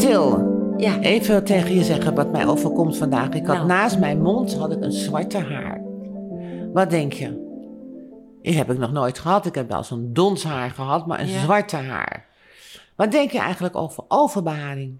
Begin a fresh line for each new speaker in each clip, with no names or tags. Til,
Ja.
even wil tegen je zeggen wat mij overkomt vandaag. Ik had
Nou.
naast mijn mond had ik een zwarte haar. Wat denk je? Die heb ik nog nooit gehad. Ik heb wel zo'n dons haar gehad, maar een
Ja.
zwarte haar. Wat denk je eigenlijk over overbeharing?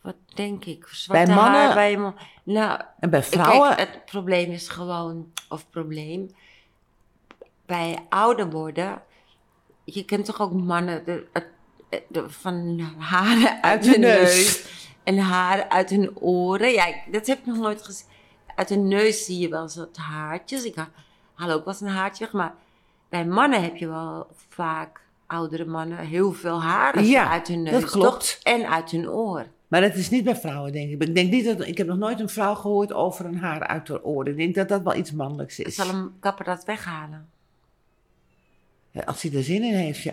Wat denk ik? Zwarte
Bij
bij
mannen-
haar bij man- Nou,
En bij vrouwen?
kijk, het probleem is gewoon, of probleem, bij ouder worden, je kent toch ook mannen de, het- de- van haren uit,
Uit hun
hun neus.
neus.
en haren uit hun oren. Ja, ik- dat heb ik nog nooit gezien. Uit hun neus zie je wel soort haartjes. Ik ha- haal ook wel eens een haartje weg, maar bij mannen heb je wel vaak oudere mannen heel veel haren
Ja,
uit hun
dat
neus.
klopt.
toch? En uit hun oor.
maar dat is niet bij vrouwen, denk ik. Ik, denk niet dat, ik heb nog nooit een vrouw gehoord over een haar uit haar oren. Ik denk dat dat wel iets mannelijks is.
Zal een kapper dat weghalen?
Ja, Eh, Als hij er zin in heeft, ja.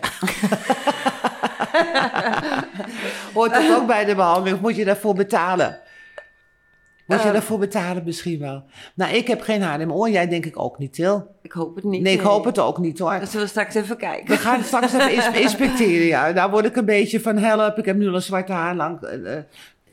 Hoort
Eh.
dat ook bij de behandeling? Of moet je daarvoor betalen? Moet je
Ehm.
daarvoor betalen misschien wel? Nou, ik heb geen haar in mijn oor. Jij denk ik ook niet, Til.
Ik hoop het niet.
Nee, ik hoop het ook niet hoor.
Dan zullen we straks even
We
kijken.
gaan straks even ins- inspecteren, ja. Daar word ik een beetje van help. Ik heb nu al een zwarte haar lang. eh, eh,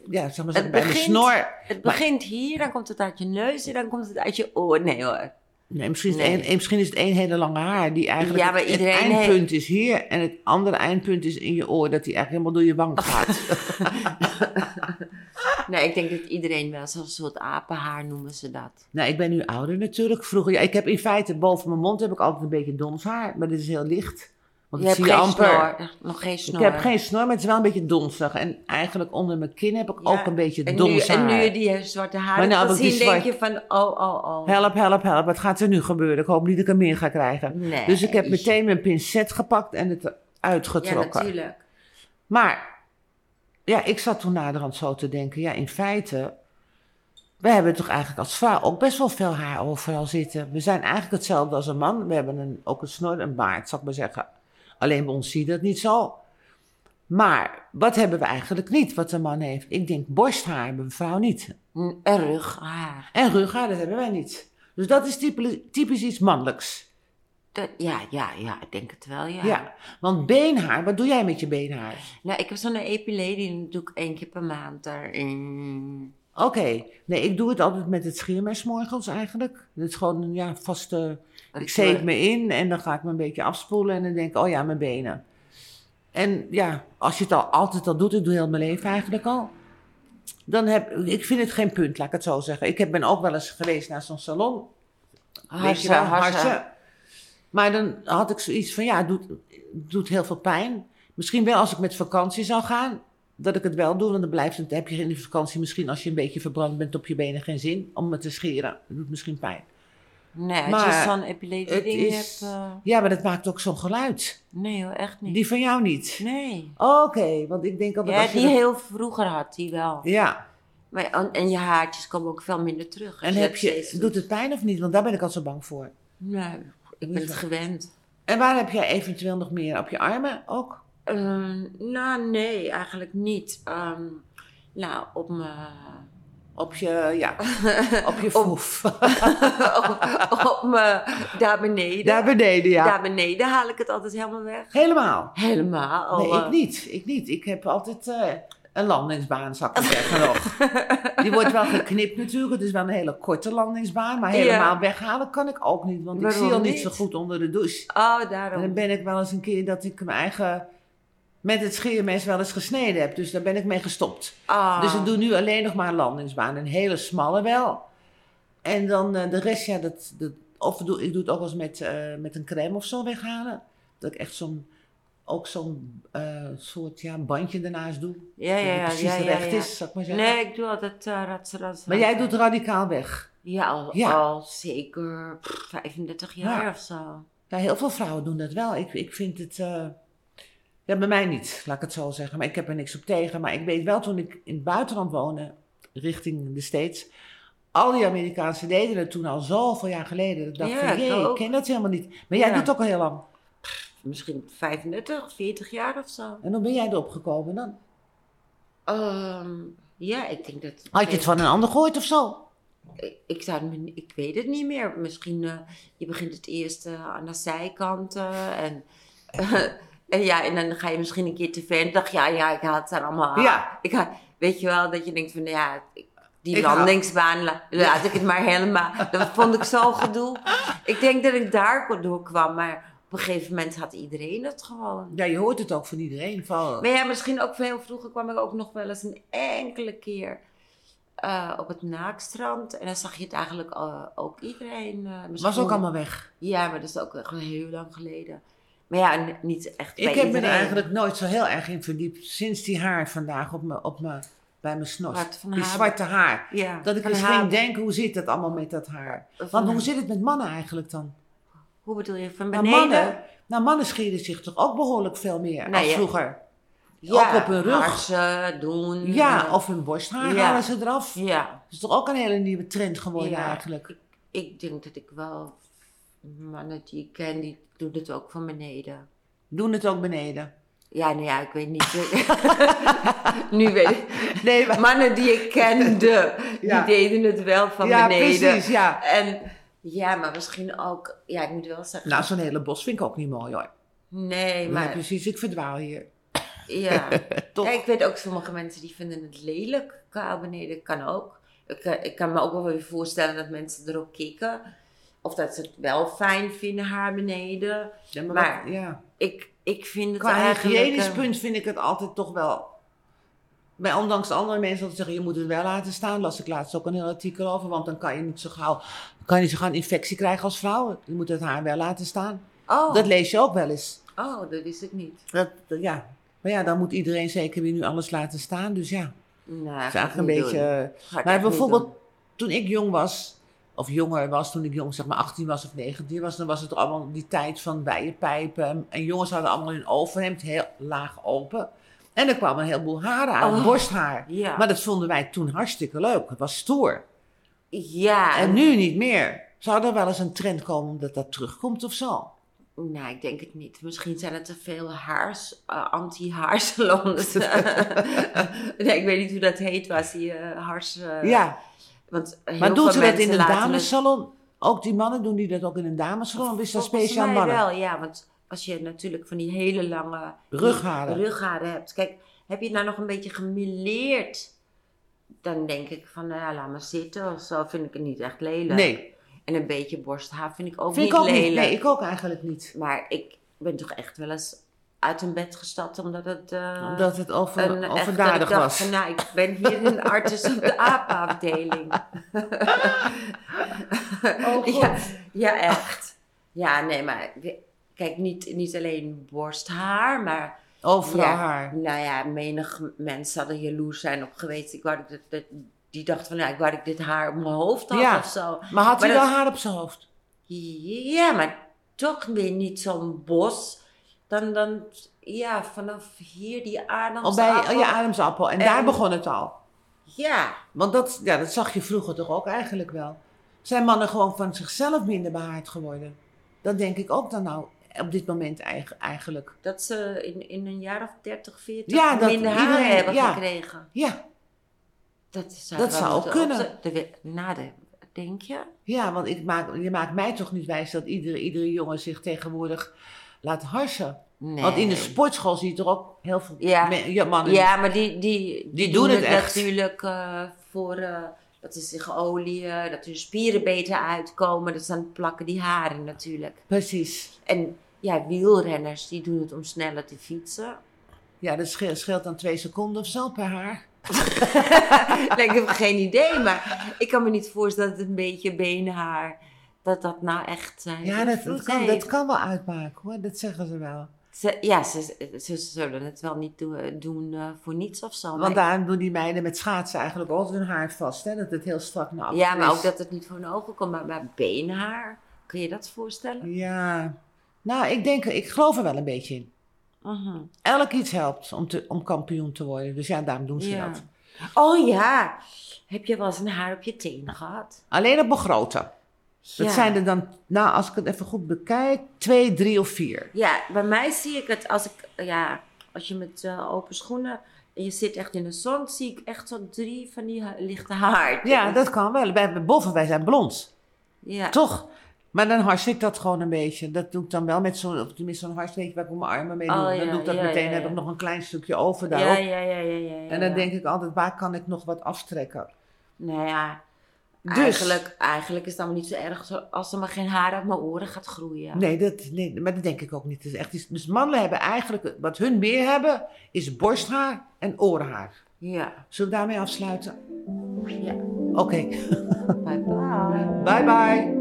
ja, zeg maar zeggen, bij de
begint-
snor.
Het begint hier, dan komt het uit je neus en dan komt het uit je oor. Nee hoor.
Nee, misschien, is
Nee.
Het één, misschien is het één hele lange haar die eigenlijk...
Ja, maar
het-
iedereen
Het
heeft-
eindpunt is hier en het andere eindpunt is in je oor. Dat die eigenlijk helemaal door je wang gaat.
Nee, ik denk dat iedereen wel zo'n soort apenhaar noemen ze dat.
Nou, ik ben nu ouder natuurlijk. Vroeger, ja, ik heb in feite boven mijn mond heb ik altijd een beetje dons haar, maar dit is heel licht. Want
je
dat
hebt
zie je
geen
amper.
snor. Nog geen snor.
Ik heb geen snor, maar het is wel een beetje donsig. En eigenlijk onder mijn kin heb ik
Ja,
ook een beetje
en nu,
dons haar.
en nu je die zwarte
Maar
haar
nou
hebt
heb ik die
gezien, denk je van oh, oh, oh.
Help, help, help. Wat gaat er nu gebeuren? Ik hoop niet dat ik er meer ga krijgen.
Nee.
Dus ik heb meteen mijn pincet gepakt en het eruit
Ja,
getrokken.
natuurlijk.
Maar ja, ik zat toen naderhand zo te denken, ja, in feite, we hebben toch eigenlijk als vrouw ook best wel veel haar overal zitten. We zijn eigenlijk hetzelfde als een man. We hebben een, ook een snor, een baard, zal ik maar zeggen. Alleen bij ons zie je dat niet zo. Maar wat hebben we eigenlijk niet, wat een man heeft? Ik denk borsthaar hebben een vrouw niet.
Een rughaar.
En rughaar, dat hebben wij niet. Dus dat is typisch, typisch iets mannelijks.
Dat, ja, ja, ja, ik denk het wel,
Ja. Want beenhaar, wat doe jij met je beenhaar?
Nou, ik heb zo'n epilé, die doe ik één keer per maand daarin.
Oké, nee, ik doe het altijd met het schiermes 's morgens eigenlijk. Dat is gewoon een ja, vaste. Ik zeep me in en dan ga ik me een beetje afspoelen en dan denk ik, oh ja, mijn benen. En ja, als je het al altijd al doet, ik doe heel mijn leven eigenlijk al. Dan heb ik vind het geen punt, laat ik het zo zeggen. Ik heb- ben ook wel eens geweest naar zo'n salon. weet je wel, harsen. Maar dan had ik zoiets van, ja, het doet, het doet heel veel pijn. Misschien wel als ik met vakantie zou gaan, dat ik het wel doe. Want dan blijft het, heb je in de vakantie misschien als je een beetje verbrand bent op je benen geen zin om het te scheren. Het doet misschien pijn.
Nee, als
Maar
je zo'n epileptische
het
ding
is-
hebt... eh,
Ja, maar dat maakt ook zo'n geluid.
nee hoor, echt niet.
Die van jou niet.
nee.
Oké, want ik denk altijd
Ja,
als je
die
dat-
heel vroeger had, die wel.
Ja,
Maar, en, en je haartjes komen ook veel minder terug. als
en
dat
heb je,
steeds
doet het pijn of niet? Want daar ben ik al zo bang voor.
Nee, ik ben het gewend.
En waar heb jij eventueel nog meer? Op je armen ook?
Eh, nou, nee, eigenlijk niet. Ehm, nou, op mijn...
Op je, ja, op je
Op-
voef.
op, op mijn... Daar beneden.
Daar beneden, ja.
Daar beneden haal ik het altijd helemaal weg.
Helemaal.
Helemaal.
Nee,
eh,
ik niet. Ik niet. Ik heb altijd eh, een landingsbaan, zou ik maar zeggen nog. Die wordt wel geknipt natuurlijk. Het is wel een hele korte landingsbaan. Maar
Ja.
helemaal weghalen kan ik ook niet. Want ik
Waarom
zie al niet
niet?
zo goed onder de douche.
Oh,
En
daarom.
dan ben ik wel eens een keer dat ik mijn eigen... Met het scheermes wel eens gesneden heb. Dus daar ben ik mee gestopt.
Ah.
Dus ik doe nu alleen nog maar een landingsbaan. Een hele smalle wel. En dan eh, de rest, ja, dat, dat, of doe, ik doe het ook wel eens met, eh, met een crème of zo weghalen. Dat ik echt zo'n, ook zo'n eh, soort ja, bandje ernaast doe.
Ja,
dat
ja,
het
ja.
precies
ja, ja,
recht
ja.
is, zou ik maar zeggen.
Nee, ik doe altijd eh rats, rats,
Maar
rats.
jij doet radicaal weg.
Ja, al,
Ja.
al zeker pff, 35 jaar
Ja.
of zo.
Ja, heel veel vrouwen doen dat wel. Ik, ik vind het... eh, ja, bij mij niet, laat ik het zo zeggen. Maar ik heb er niks op tegen. Maar ik weet wel, toen ik in het buitenland woonde, richting de States... Al die Amerikaanse deden het toen al zoveel jaar geleden. Dat ik dacht
Ja,
van,
ik
jee, ik
ook.
ken dat helemaal niet. Maar jij
Ja.
doet het ook al heel lang.
Misschien 35, 40 jaar of zo.
En hoe ben jij erop gekomen dan?
Ehm, ja, ik denk dat.
Had je het van een ander gehoord of zo?
Ik, ik, zou, het me- ik weet het niet meer. Misschien, eh, je begint het eerst eh, aan de zijkanten. en, en, ja, en dan ga je misschien een keer te ver. En dan dacht je, ja, ja, ik haal het daar allemaal
Ja.
Ik haal- weet je wel, dat je denkt van, nou ja, ik- die
Ik haal-
landingsbaan, la- laat ik het maar helemaal. Dat vond ik zo gedoe. Ik denk dat ik daar door kwam, maar op een gegeven moment had iedereen het gewoon.
Ja, je hoort het ook van iedereen. Van,
Maar ja, misschien ook veel vroeger kwam ik ook nog wel eens een enkele keer eh, op het naakstrand. En dan zag je het eigenlijk eh, ook iedereen. eh, misschien-
was ook allemaal weg.
Ja, maar dat is ook echt heel lang geleden. Maar ja, n- niet echt bij
Ik heb me er
iedereen.
eigenlijk nooit zo heel erg in verdiept. Sinds die haar vandaag op me, op me, bij mijn snor.
Zwart van
Die
haar.
zwarte haar.
Ja,
Dat ik dus
van
eens
haar-
ging denken, hoe zit dat allemaal met dat haar?
van
Want hoe
haar-
zit het met mannen eigenlijk dan?
Hoe bedoel je? Van
Nou,
beneden?
mannen, nou, mannen scheren zich toch ook behoorlijk veel meer
Nou,
als
ja.
vroeger.
ja,
ook op hun rug.
harsen, doen.
Ja,
eh,
of hun borsthaar
Ja.
halen ze eraf.
Ja,
Dat is toch ook een hele nieuwe trend geworden
Ja.
eigenlijk.
ik denk dat ik wel... Mannen die ik ken, die doen het ook van beneden.
Doen het ook beneden.
Ja, nou ja, ik weet niet. nu weet ik.
Nee, maar-
Mannen die ik kende,
Ja.
die deden het wel van
ja,
beneden.
precies, ja.
En ja, maar misschien ook, ja, ik moet wel zeggen.
Nou, zo'n hele bos vind ik ook niet mooi hoor.
nee,
Maar
maar
precies, ik verdwaal hier.
ja.
Toch?
Ja, ik weet ook sommige mensen die vinden het lelijk kaal beneden, kan ook. Ik, eh, ik kan me ook wel weer voorstellen dat mensen erop kikken. Of dat ze het wel fijn vinden, haar beneden.
Ja, maar,
maar-
wat- ja.
Ik, ik vind het
Qua
eigenlijk...
hygiënisch
eh,
punt vind ik het altijd toch wel... Bij ondanks andere mensen dat zeggen, je moet het wel laten staan. Las ik laatst ook een heel artikel over. Want dan kan je niet zo gauw, kan je niet zo gauw een infectie krijgen als vrouw. Je moet het haar wel laten staan.
Oh,
Dat lees je ook wel eens.
oh, dat is het niet.
Dat, dat- ja. Maar ja, dan moet iedereen zeker weer nu alles laten staan. Dus ja,
Nee,
het is
Nou, ga ik
eigenlijk een
niet
beetje...
doen.
eh,
Ga ik
Maar
echt niet
bijvoorbeeld
doen.
toen ik jong was, of jonger was, toen ik jong zeg maar 18 was of 19 was, dan was het allemaal die tijd van bijenpijpen. En- En jongens hadden allemaal hun overhemd heel laag open. En er kwam een heleboel haren uit,
Oh.
borsthaar.
Ja.
Maar dat vonden wij toen hartstikke leuk. Het was stoer.
ja,
En nu niet meer. Zou er wel eens een trend komen omdat dat terugkomt of zo?
Nou, ik denk het niet. Misschien zijn het te veel haars, eh, anti-haarsalons. nee, ik weet niet hoe dat heet, was die eh, haars... eh,
ja,
Want heel
maar doen
veel
ze dat in
mensen
een
laten
damesalon? Ook die mannen doen die dat ook in een damesalon? Of is dat
Volgens
speciaal
mij
mannen?
wel, ja. Want als je natuurlijk van die hele lange
Rugharen.
rugharen hebt. Kijk, heb je het nou nog een beetje gemeleerd? Dan denk ik van, nou ja, laat maar zitten of zo. Vind ik het niet echt lelijk.
Nee,
En een beetje borsthaar vind ik ook
vind
niet
ik ook
lelijk.
niet. Nee, ik ook eigenlijk niet.
Maar ik ben toch echt wel eens uit een bed gestapt omdat het... eh,
Omdat het over,
een, echt, dat ik
overdadig
dacht
was.
van, nou, ik ben hier in een artis op de apenafdeling.
Oh, God.
ja, ja, echt. Ja, nee, maar we- kijk, niet, niet alleen borsthaar, maar...
Overal
ja,
haar.
Nou ja, menig mens zal er jaloers zijn op geweest. Ik wou dat, ik dit- die dacht van, nou, ik wou dat ik dit haar op mijn hoofd had
Ja.
of zo.
Maar had hij
Maar
wel
dat-
haar op zijn hoofd?
Ja, maar toch weer niet zo'n bos. Dan, dan, ja, vanaf hier die
Al
ademsapel.
bij oh, je ademsappel. En,
En-
daar begon het al.
Ja,
Want dat, ja, dat zag je vroeger toch ook eigenlijk wel. Zijn mannen gewoon van zichzelf minder behaard geworden? Dat denk ik ook dan nou op dit moment eigen- eigenlijk.
Dat ze in, in een jaar of 30, 40
Ja, dat
minder haren
iedereen-
hebben
ja.
gekregen.
Ja,
Dat zou,
Dat
wel
zou
moeten
kunnen.
opzo- de we- na de, denk je?
ja want ik maak, je maakt mij toch niet wijs dat iedere, iedere jongen zich tegenwoordig laat harsen.
Nee.
Want in de sportschool zie je toch ook heel veel
Ja.
me- ja, mannen.
Ja, maar die, die, die,
doen het echt.
natuurlijk eh, voor eh, dat ze zich olieën, dat hun spieren beter uitkomen. Dus dan plakken die haren natuurlijk.
Precies.
En ja, wielrenners die doen het om sneller te fietsen.
Ja, dat scheelt, scheelt dan twee seconden of zo per haar.
nee, ik heb geen idee, maar ik kan me niet voorstellen dat een beetje benenhaar, dat dat nou echt... eh,
Ja, dat,
invloed
dat, kan,
heeft.
dat kan wel uitmaken hoor, dat zeggen ze wel.
Ze, ja, ze, ze zullen het wel niet do- doen eh, voor niets of zo.
Want
maar-
daarom doen die meiden met schaatsen eigenlijk altijd hun haar vast, hè? dat het heel strak naar achteren
ja, maar
is.
ook dat het niet voor hun ogen komt. Maar, maar beenhaar, kun je dat voorstellen?
Ja, nou ik denk, ik geloof er wel een beetje in.
Mhm.
Elk iets helpt om, te, om kampioen te worden, dus ja, daarom doen ze
Ja.
dat.
Oh ja, heb je wel eens een haar op je tenen gehad?
Alleen op begroten.
Ja.
Dat zijn er dan, nou als ik het even goed bekijk, twee, drie of vier.
Ja, bij mij zie ik het als ik, ja, als je met eh, open schoenen En je zit echt in de zon, zie ik echt zo drie van die ha- lichte haartjes.
Ja, dat kan wel. Wij, boven, wij zijn blond.
Ja.
Toch? Maar dan hars ik dat gewoon een beetje. Dat doe ik dan wel met zo'n, of tenminste zo'n hars, weet je waar ik mijn armen mee doe.
Oh, ja,
dan doe ik dat
ja,
meteen,
ja,
heb
ja.
ik nog een klein stukje over daarop.
Ja, ja, ja, ja, ja, ja.
En dan
ja.
denk ik altijd, waar kan ik nog wat aftrekken?
Nou ja,
Dus,
eigenlijk, eigenlijk is het allemaal niet zo erg zo- als er maar geen haar uit mijn oren gaat groeien.
nee, dat, nee, maar dat denk ik ook niet. Dat is echt, iets- dus mannen hebben eigenlijk, wat hun meer hebben, is borsthaar en orenhaar.
Ja.
Zullen we daarmee afsluiten?
Ja.
Oké,
Bye bye.
bye bye.